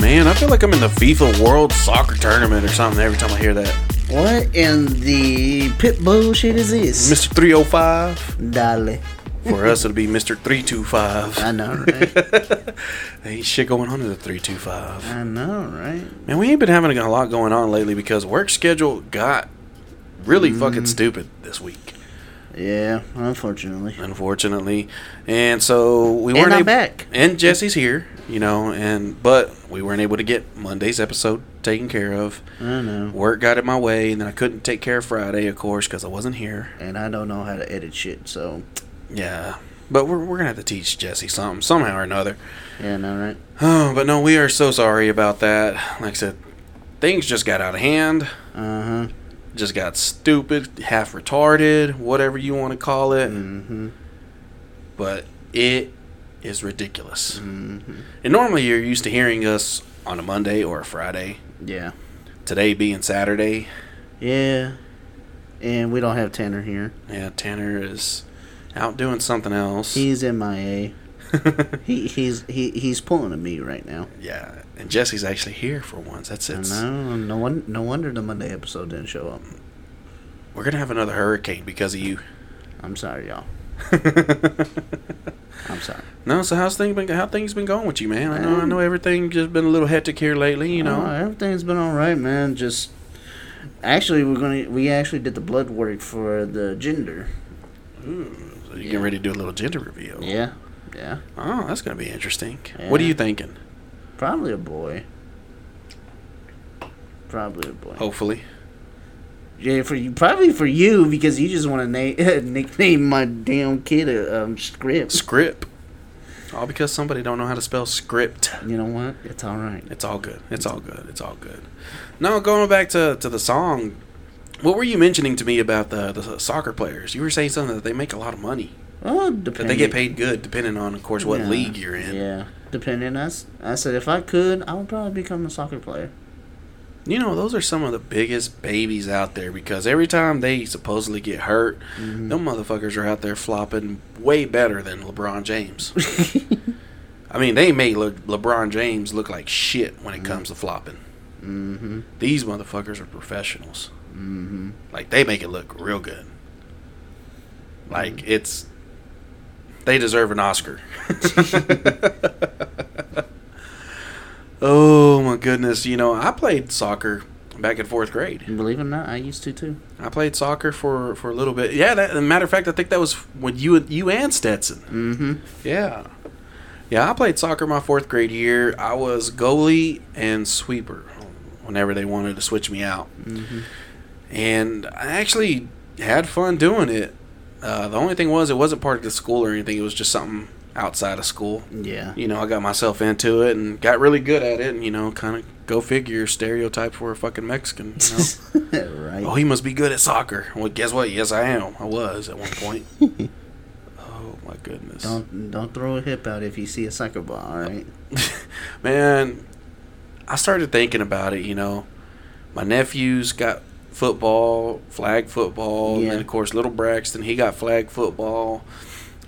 Man, I feel like I'm in the FIFA World Soccer Tournament or something every time I hear that. What in the pit bullshit is this? Mr. 305. Dolly. For us, it'll be Mr. 325. I know, right? Ain't shit going on in the 325. I know, right? Man, we ain't been having a lot going on lately because work schedule got really fucking Mm. stupid this week, Yeah, unfortunately. unfortunately. And so we And weren't I'm able- back. And Jesse's here, you know, and but we weren't able to get Monday's episode taken care of. I know. Work got in my way, and then I couldn't take care of Friday, of course, because I wasn't here. And I don't know how to edit shit, so Yeah. But we're, we're going to have to teach Jesse something, somehow or another. yeah, no, right? Oh, but no, we are so sorry about that. Like I said, things just got out of hand, Uh huh. just got stupid, half retarded, whatever you want to call it. Mm-hmm. But it is ridiculous. Mm-hmm. And normally you're used to hearing us on a Monday or a Friday. Yeah. Today being Saturday, Yeah. And we don't have Tanner here. yeah, Tanner is out doing something else. He's MIA. He he's he he's pulling a me right now. yeah, and Jesse's actually here for once. That's it. I know. No one. No wonder the Monday episode didn't show up. We're gonna have another hurricane because of you. I'm sorry, y'all. I'm sorry. no, so how's things been? How things been going with you, man? I know, I know everything just been a little hectic here lately. You know, No, everything's been all right, man. Just actually, we're gonna we actually did the blood work for the gender. so you getting ready to do a little gender reveal? Yeah, yeah. Oh, that's gonna be interesting. What are Yeah. you thinking? Probably a boy. Probably a boy. Hopefully, Yeah, for you. Probably for you because you just want to na- nickname my damn kid a um, script. script. All because somebody don't know how to spell script. You know what? It's all right. It's all good. It's all good. It's all good. Now going back to to the song. What were you mentioning to me about the the soccer players? You were saying something that they make a lot of money, Oh, that depending. they get paid good, depending on, of course, what Yeah. league you're in. Yeah, depending. I, s- I said if I could, I would probably become a soccer player. You know, those are some of the biggest babies out there because every time they supposedly get hurt, them motherfuckers are out there flopping way better than LeBron James. Mm-hmm. I mean, they made Le- LeBron James look like shit when it comes to flopping. Mm-hmm. These motherfuckers are professionals. Mm-hmm. Like, they make it look real good. Like, it's. They deserve an Oscar. oh, my goodness. You know, I played soccer back in fourth grade. Believe it or not, I used to too. I played soccer for, for a little bit. Yeah, that, as a matter of fact, I think that was when you and- you and Stetson. Mm-hmm. Yeah, yeah, I played soccer my fourth grade year. I was goalie and sweeper whenever they wanted to switch me out, Mm-hmm. and I actually had fun doing it. Uh, the only thing was, it wasn't part of the school or anything. It was just something outside of school. Yeah. You know, I got myself into it and got really good at it, and you know, kind of go figure stereotype for a fucking Mexican. You know? right. Oh, he must be good at soccer. Well, guess what? Yes, I am. I was at one point. oh my goodness, Don't don't throw a hip out if you see a soccer ball. All right. man! I started thinking about it. You know, my nephews got football, flag football, and Yeah. then of course little Braxton he got flag football.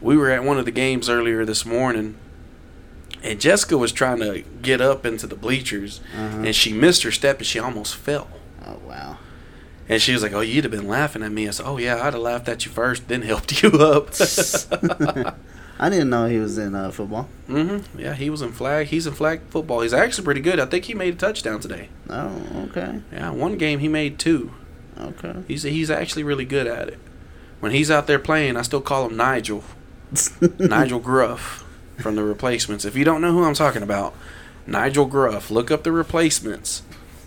We were at one of the games earlier this morning, and Jessica was trying to get up into the bleachers, Uh-huh. and she missed her step and she almost fell. Oh wow. And she was like, "Oh, you'd have been laughing at me." I said, "Oh yeah, I'd have laughed at you first, then helped you up." I didn't know he was in uh, football. hmm Yeah, he was in flag. He's in flag football. He's actually pretty good. I think he made a touchdown today. Oh okay. Yeah, one game he made two. Okay. He's he's actually really good at it. When he's out there playing, I still call him Nigel, Nigel Gruff from the Replacements. If you don't know who I'm talking about, Nigel Gruff, look up the Replacements.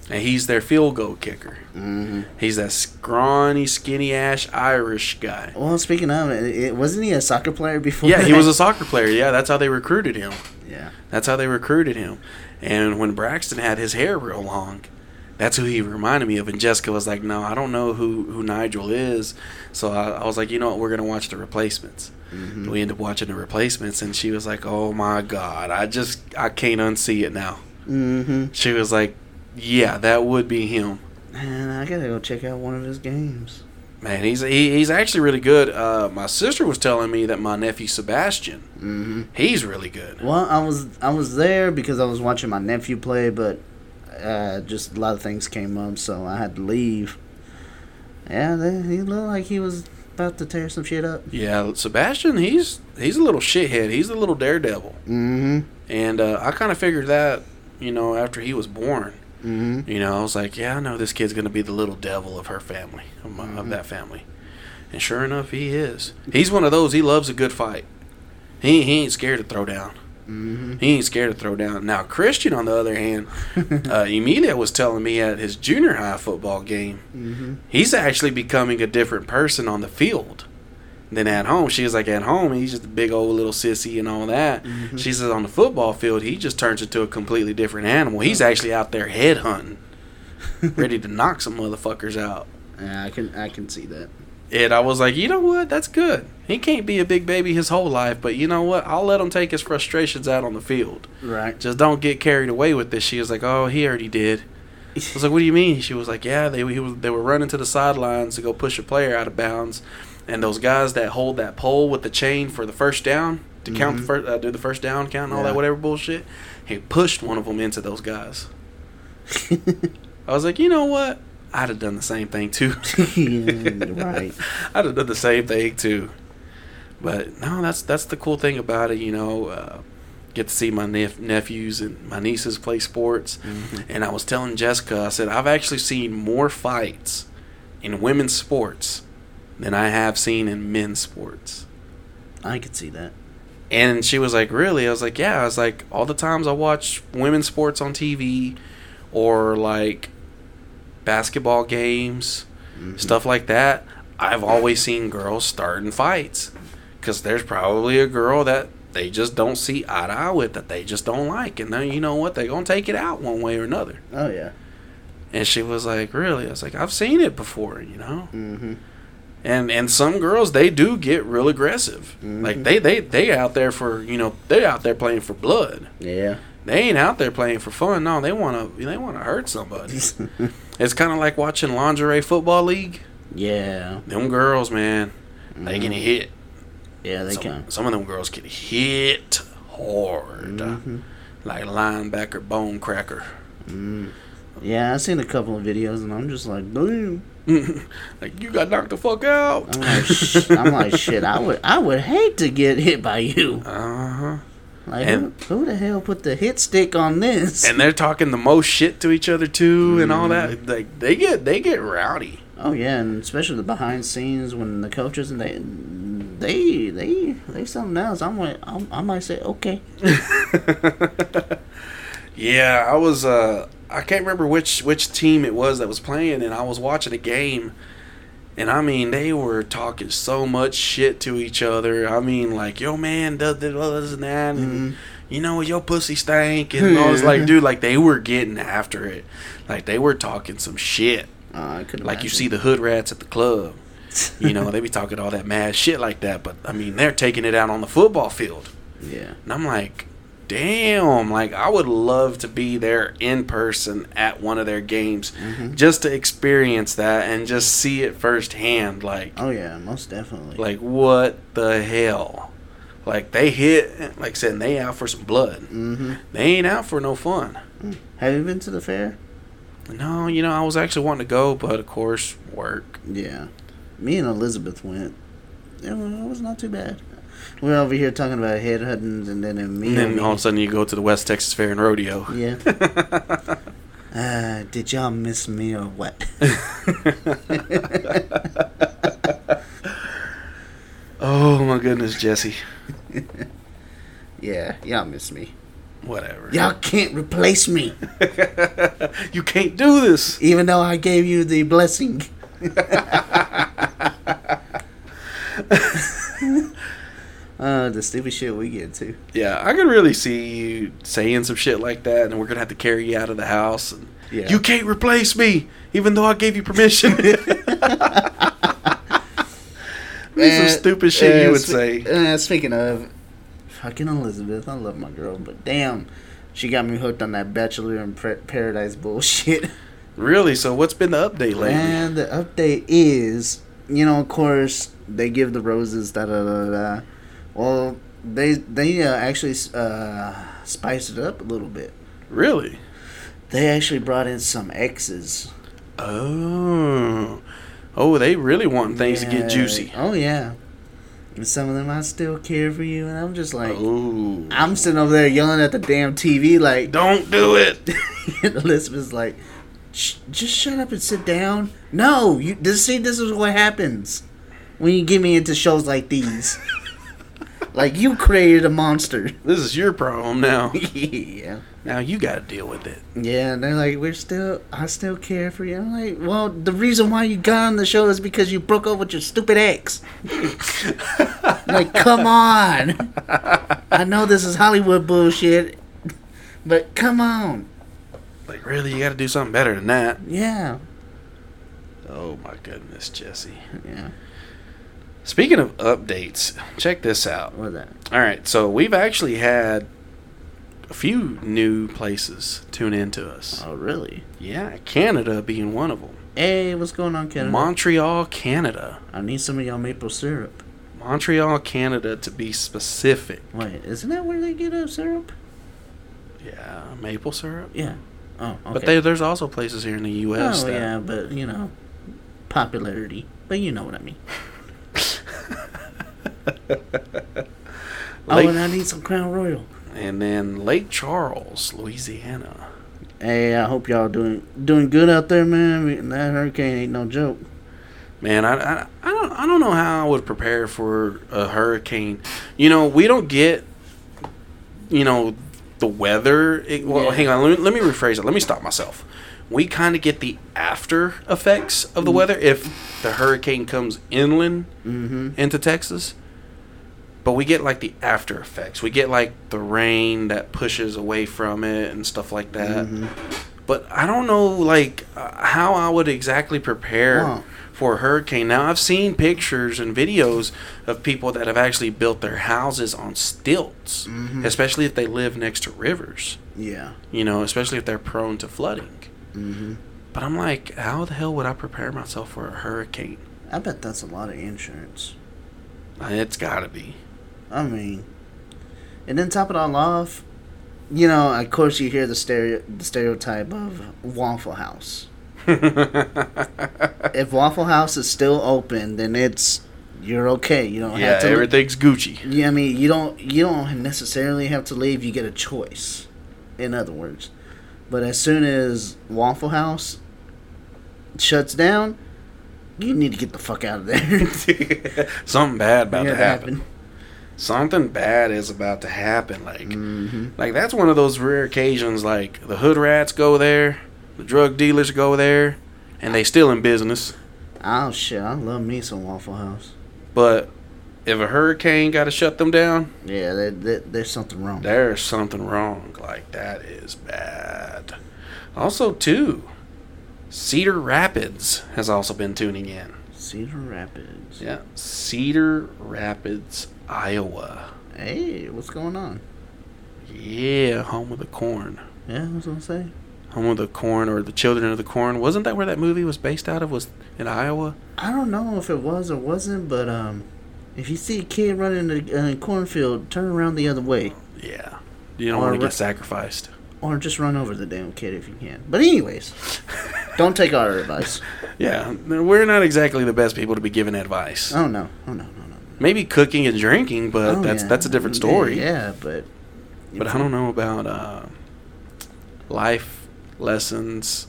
and he's their field goal kicker. Mm-hmm. He's that scrawny, skinny ass Irish guy. Well, speaking of, it, it, wasn't he a soccer player before? Yeah, he that? was a soccer player. Yeah, that's how they recruited him. Yeah. That's how they recruited him. And when Braxton had his hair real long, that's who he reminded me of. And Jessica was like, "No, I don't know who who Nigel is." So I, I was like, "You know what? We're gonna watch the replacements." Mhm. We end up watching the replacements, and she was like, "Oh my god, I just I can't unsee it now." Mm-hmm. She was like, "Yeah, that would be him." Man, I gotta go check out one of his games. Man, he's he, he's actually really good. Uh, my sister was telling me that my nephew Sebastian, Mm-hmm. he's really good. Well, I was I was there because I was watching my nephew play, but uh, just a lot of things came up, so I had to leave. Yeah, they, he looked like he was about to tear some shit up. Yeah, Sebastian, he's he's a little shithead. He's a little daredevil, Mm-hmm. and uh, I kind of figured that, you know, after he was born. Mm-hmm. You know, I was like, yeah, I know this kid's gonna be the little devil of her family, of, my, of Mhm. that family. And sure enough, he is. He's one of those. He loves a good fight. He he ain't scared to throw down. Mm-hmm. He ain't scared to throw down. Now Christian, on the other hand, Mm-hmm. uh, Emilia was telling me at his junior high football game, Mm-hmm. he's actually becoming a different person on the field than at home. She was like, at home, he's just a big old little sissy and all that. Mhm. She says on the football field, he just turns into a completely different animal. He's actually out there headhunting, ready to knock some motherfuckers out. Yeah, I can I can see that. And I was like, you know what? That's good. He can't be a big baby his whole life, but you know what? I'll let him take his frustrations out on the field. Right. Just don't get carried away with this. She was like, oh, he already did. I was like, "What do you mean?" She was like, "Yeah, they he was, they were running to the sidelines to go push a player out of bounds, and those guys that hold that pole with the chain for the first down to count the Mhm. first, uh, do the first down count, and all Yeah. that whatever bullshit. He pushed one of them into those guys. I was like, you know what? I'd have done the same thing too. Yeah, right. I'd have done the same thing too. But no, that's that's the cool thing about it. You know, uh, get to see my nep- nephews and my nieces play sports. Mhm. And I was telling Jessica, I said, I've actually seen more fights in women's sports than I have seen in men's sports. I could see that. And she was like, Really? I was like, Yeah. I was like, All the times I watch women's sports on TV or like basketball games, Mhm. stuff like that, I've always seen girls starting fights. Because there's probably a girl that they just don't see eye to eye with that they just don't like. And then, you know what? They're going to take it out one way or another. Oh yeah. And she was like, "Really?" I was like, "I've seen it before, you know." Mm-hmm. And and some girls they do get real aggressive. Like Mhm. they they they out there for you know they out there playing for blood. Yeah. They ain't out there playing for fun. No, they wanna they wanna hurt somebody. it's kind of like watching lingerie football league. yeah. Mm-hmm. Them girls, man, they can hit. Yeah, they some, can. Some of them girls can hit hard, Mhm. like linebacker bone cracker. Mm. Yeah, I seen a couple of videos, and I'm just like, boom. like you got knocked the fuck out. I'm like, Oh, sh- I'm like, shit. I would, I would hate to get hit by you. Uh huh. Like, And- who, who the hell put the hit stick on this? and they're talking the most shit to each other too, and all that. Like they get they get rowdy. oh yeah, and especially the behind scenes when the coaches and they, they, they, they something else. I'm like, I'm, I might say, okay. Yeah, I was uh I can't remember which which team it was that was playing, and I was watching a game, and I mean they were talking so much shit to each other. I mean like yo man does this does and that, and Mhm. you know your pussy stank, and I was like dude like they were getting after it, like they were talking some shit. Uh, I could Like you see the hood rats at the club. You know, they be talking all that mad shit like that, but I mean, they're taking it out on the football field. yeah. And I'm like, damn, like I would love to be there in person at one of their games Mhm. just to experience that and just see it firsthand. Like, Oh yeah, most definitely. like what the hell? Like they hit, like I said, they out for some blood. hmm They ain't out for no fun. Have you been to the fair? No, you know, I was actually wanting to go, but of course, work. Yeah. Me and Elizabeth went. It wa- it was not too bad. We We're over here talking about headhuntings and then And immediately. then all of a sudden you go to the West Texas Fair and Rodeo. Yeah. uh, did y'all miss me or what? Oh my goodness, Jesse. yeah, y'all miss me. Whatever. Y'all can't replace me, you can't do this. even though I gave you the blessing. uh, the stupid shit we get to. Yeah, I could really see you saying some shit like that, and we're gonna have to carry you out of the house. And Yeah. you can't replace me, even though I gave you permission. There's some Uh, stupid shit uh, you would spe- say. Uh, speaking of, fucking Elizabeth, I love my girl, but damn, she got me hooked on that Bachelor in pra- Paradise bullshit. Really? So what's been the update lately? And the update is, you know, of course, they give the roses, da da da da. da. Well, they they uh, actually uh, spiced it up a little bit. Really? They actually brought in some exes. Oh, oh, they really want things to Yeah. get juicy. Oh yeah, and some of them I still care for you, and I'm just like. Oh, I'm sitting over there yelling at the damn TV, like, don't do it. And Elizabeth's like, "Sh- just shut up and sit down. No, you this, see, this is what happens when you get me into shows like these. like you created a monster. This is your problem now. yeah. Now you got to deal with it. Yeah, and they're like, we're still, I still care for you. I'm like, well, the reason why you got on the show is because you broke up with your stupid ex. like, come on. I know this is Hollywood bullshit, but come on. Like, really, you got to do something better than that. Yeah. Oh my goodness, Jesse. Yeah. Speaking of updates, check this out. What that? All right, so we've actually had a few new places tune in to us. Oh, really? Yeah, Canada being one of them. Hey, what's going on, Canada? Montreal, Canada. I need some of y'all maple syrup. Montreal, Canada, to be specific. Wait, isn't that where they get uh, syrup? Yeah, maple syrup. Yeah. Oh, okay. But they, there's also places here in the U.S. Oh, that- yeah, but, you know, popularity. But you know what I mean. Lake- Oh, and I need some Crown Royal. and then Lake Charles, Louisiana. Hey, I hope y'all doing doing good out there, man. We- That hurricane ain't no joke. Man, I, I, I don't I don't know how I would prepare for a hurricane. You know, we don't get, you know, the weather. It, well, Yeah. hang on. Let me, let me rephrase it. Let me stop myself. We kind of get the after effects of the Mm. weather if the hurricane comes inland Mm-hmm. into Texas. But we get like the after effects. We get like the rain that pushes away from it and stuff like that. Mm-hmm. But I don't know like uh, how I would exactly prepare Huh. for a hurricane. Now I've seen pictures and videos of people that have actually built their houses on stilts, Mhm. especially if they live next to rivers, Yeah. you know, especially if they're prone to flooding. Mm-hmm. But I'm like, how the hell would I prepare myself for a hurricane? I bet that's a lot of insurance. It's got to be. I mean, and then top it all off, you know, of course you hear the stereo the stereotype of Waffle House. If Waffle House is still open, then it's you're okay. You don't Yeah, have to. everything's Gucci. Yeah, I mean, you don't you don't necessarily have to leave. You get a choice. In other words, but as soon as Waffle House shuts down, you need to get the fuck out of there. Something bad about Yeah, to it happen. happened. Something bad is about to happen. Like, Mhm. like that's one of those rare occasions. Like the hood rats go there, the drug dealers go there, and they still in business. Oh shit! I love me some Waffle House. But if a hurricane got to shut them down, Yeah, there, there, there's something wrong. there's something wrong. Like that is bad. Also, too, Cedar Rapids has also been tuning in. Cedar Rapids. Yeah, Cedar Rapids, Iowa. Hey, what's going on? Yeah, home of the corn. Yeah, what's gonna say? Home of the corn or the children of the corn. Wasn't that where that movie was based out of? Was in Iowa? I don't know if it was or wasn't, but um, if you see a kid running in a uh, cornfield, turn around the other way, Yeah. You don't Or want to Ra- get sacrificed. or just run over the damn kid if you can. But anyways, don't take our advice. Yeah, we're not exactly the best people to be giving advice. Oh no, oh no, no, no. Maybe cooking and drinking, but Oh, that's yeah. that's a different story. Yeah, but But I don't know about uh, life lessons,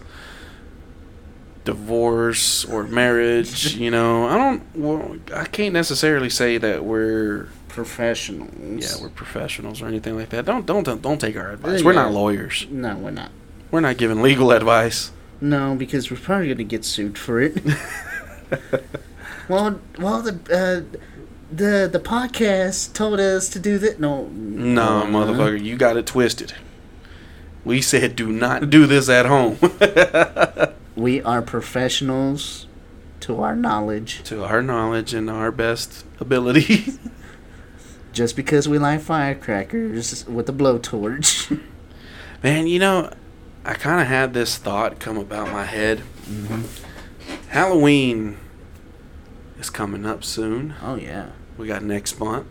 divorce or marriage. you know, I don't. Well, I can't necessarily say that we're Professionals. yeah we're professionals or anything like that. Don't don't don't, don't take our advice. Yeah. We're not lawyers. No, we're not. We're not giving legal advice. No, because we're probably gonna get sued for it. well, well, the uh, the the podcast told us to do that. No, No, uh, motherfucker, you got it twisted. We said do not do this at home. We are professionals, to our knowledge. to our knowledge and our best ability. Just because we light firecrackers with a blowtorch. Man, you know, I kind of had this thought come about my head. Mm-hmm. Halloween is coming up soon. oh yeah. We got next month.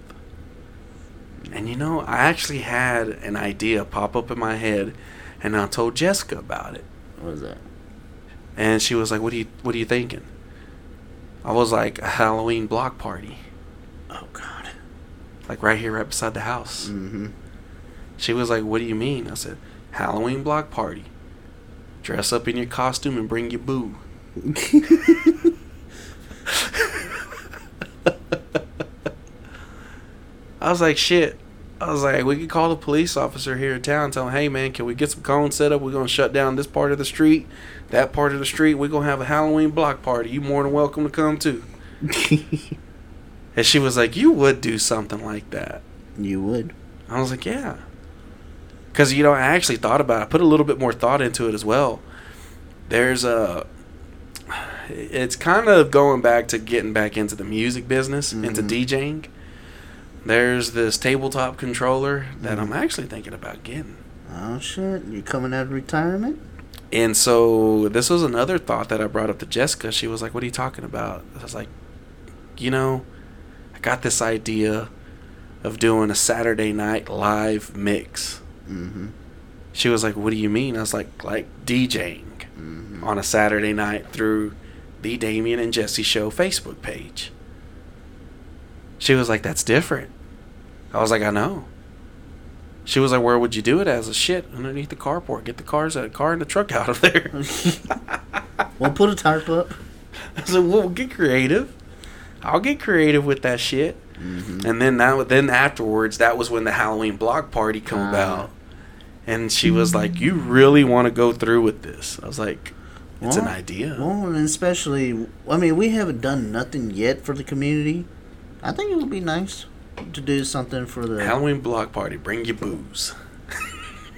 And you know, I actually had an idea pop up in my head and I told Jessica about it. What is that? And she was like, "What do you what are you thinking?" I was like, "A Halloween block party." Oh god. like right here, right beside the house. Mm-hmm. She was like, "What do you mean?" I said, "Halloween block party. Dress up in your costume and bring your boo." I was like, "Shit." I was like, "We could call the police officer here in town, tell him, hey man, can we get some cones set up? We're gonna shut down this part of the street, that part of the street. We're gonna have a Halloween block party. You more than welcome to come too." And she was like, "You would do something like that." you would. I was like, yeah. Because, you know, I actually thought about it. I put a little bit more thought into it as well. There's a. It's kind of going back to getting back into the music business, into Mhm. DJing. There's this tabletop controller that I'm actually thinking about getting. Oh shit! You're coming out of retirement? And so this was another thought that I brought up to Jessica. She was like, "What are you talking about?" I was like, "You know, I got this idea of doing a Saturday night live mix." Mm-hmm. She was like, "What do you mean?" I was like, "Like DJing Mm-hmm. on a Saturday night through the Damien and Jesse Show Facebook page." She was like, "That's different." I was like, "I know." She was like, "Where would you do it?" As a shit underneath the carport. Get the cars, out, car and the truck out of there. we'll put a tarp up. I said, "We'll get creative. I'll get creative with that shit." Mm-hmm. And then that, then afterwards, that was when the Halloween block party come Ah. about. And she was like, "You really want to go through with this?" I was like, "It's an Well, idea." Well, and especially, I mean, we haven't done nothing yet for the community. I think it would be nice to do something for the Halloween block party. Bring your booze.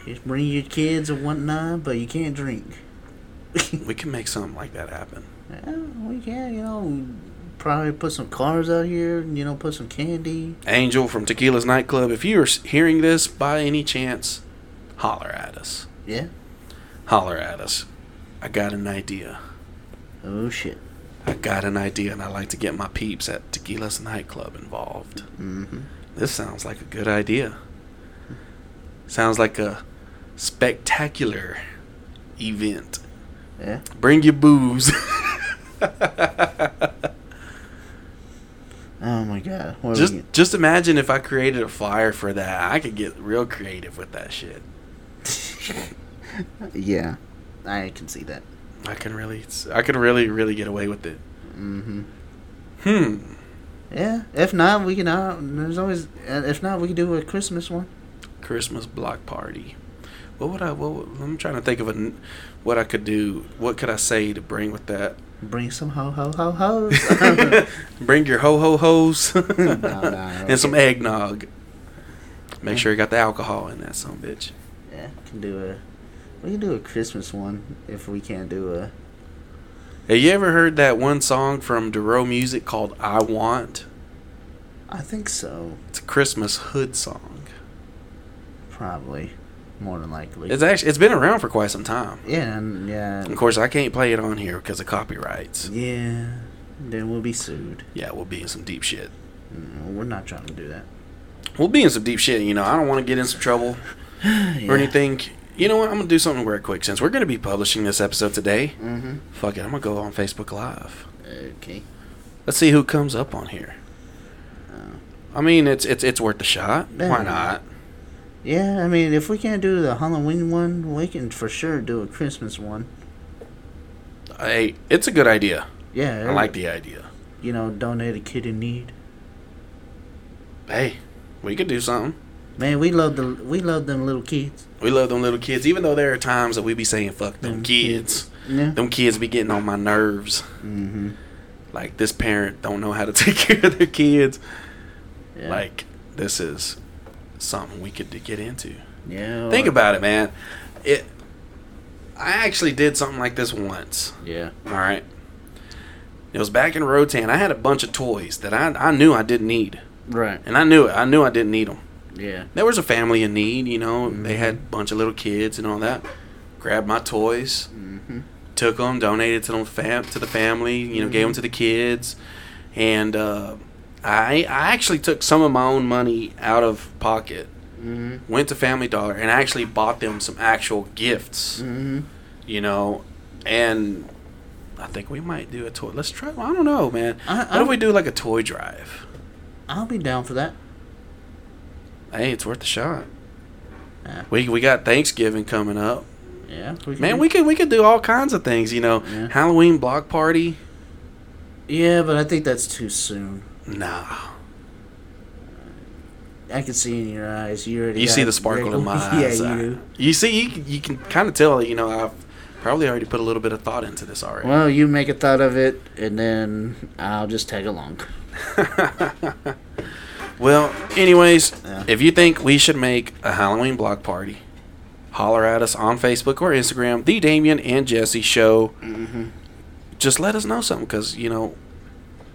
you bring your kids and whatnot, but you can't drink. We can make something like that happen. Yeah, we can, you know, probably put some cars out here, you know, put some candy. Angel from Tequila's nightclub. If you're s- hearing this by any chance, holler at us. Yeah. Holler at us. I got an idea. Oh shit. I got an idea, and I like to get my peeps at Tequila's nightclub involved. Mm-hmm. This sounds like a good idea. Sounds like a spectacular event. Yeah. Bring your booze. Oh my god. What are we just get- just imagine if I created a flyer for that. I could get real creative with that shit. yeah, I can see that. I can really I could really really get away with it. Mm-hmm. Hmm. Yeah. If not, we can. Uh, there's always. Uh, if not, we can do a Christmas one. Christmas block party. What would I what would, I'm trying to think of a n what I could do. What could I say to bring with that? Bring some ho ho ho hoes. Bring your ho ho hos no, no, and some okay. eggnog. Make sure you got the alcohol in that some bitch. Yeah, can do a. We can do a Christmas one if we can't do a. Have you ever heard that one song from Duro Music called "I Want"? I think so, It's a Christmas hood song. probably, more than likely. It's actually it's been around for quite some time. yeah, and yeah, Of course, I can't play it on here because of copyrights. yeah. Then we'll be sued. Yeah, we'll be in some deep shit. No, we're not trying to do that. We'll be in some deep shit. You know, I don't want to get in some trouble Yeah. or anything. You know what? I'm gonna do something real quick since we're gonna be publishing this episode today. Mm-hmm. Fuck it, I'm gonna go on Facebook Live. Okay. Let's see who comes up on here. Uh, I mean, it's it's it's worth the shot. Yeah. Why not? yeah, I mean, if we can't do the Halloween one, we can for sure do a Christmas one. hey, it's a good idea. Yeah, I like the idea. you know, donate a kid in need. Hey, we could do something. Man, we love the we love them little kids. We love them little kids, even though there are times that we be saying "fuck them Them kids." Yeah. Them kids be getting on my nerves. Mm-hmm. Like this parent don't know how to take care of their kids. Yeah. Like this is something we could get into. yeah. Think or- about it, man. It. I actually did something like this once. Yeah. All right. It was back in Rotan. I had a bunch of toys that I, I knew I didn't need. Right. And I knew it. I knew I didn't need them. Yeah. There was a family in need, you know. They had a bunch of little kids and all that. Grabbed my toys, Mm-hmm. took them, donated to them fam- to the family, you know, gave them to the kids. And uh, I, I actually took some of my own money out of pocket, Mm-hmm. went to Family Dollar, and actually bought them some actual gifts Mm-hmm. you know, and I think we might do a toy. Let's try. I don't know, man. I- what if I- we do like a toy drive? I'll be down for that. Hey, it's worth a shot. Yeah. We we got Thanksgiving coming up, Yeah. We can man. do- We could we could do all kinds of things, you know. Mm-hmm. Yeah. Halloween block party. Yeah, but I think that's too soon. Nah, I can see in your eyes. You already. you got see it the sparkle in my wrinkled. eyes. yeah, I- you do. you see, you, can- you can kind of tell. You know, I've probably already put a little bit of thought into this already. Well, you make a thought of it, and then I'll just tag along. Well, anyways, Yeah. if you think we should make a Halloween block party, holler at us on Facebook or Instagram, The Damien and Jesse Show. Mm-hmm. Just let us know something because, you know,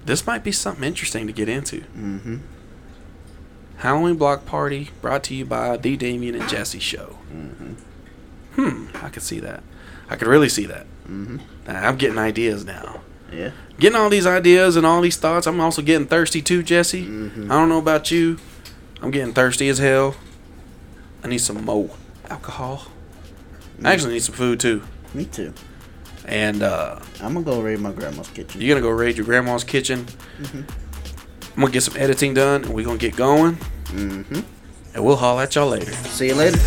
this might be something interesting to get into. Mm-hmm. Halloween block party brought to you by The Damien and Jesse Show. Mm-hmm. Hmm, I could see that. I could really see that. Mm-hmm. Now, I'm getting ideas now. Yeah. Getting all these ideas and all these thoughts. I'm also getting thirsty too, Jesse. Mm-hmm. I don't know about you. I'm getting thirsty as hell. I need some more alcohol. I actually need some food too. Me too. And uh, I'm gonna go raid my grandma's kitchen. you're gonna go raid your grandma's kitchen. I'm gonna get some editing done, and we're gonna get going. Mm-hmm. And we'll haul at y'all later. See you later.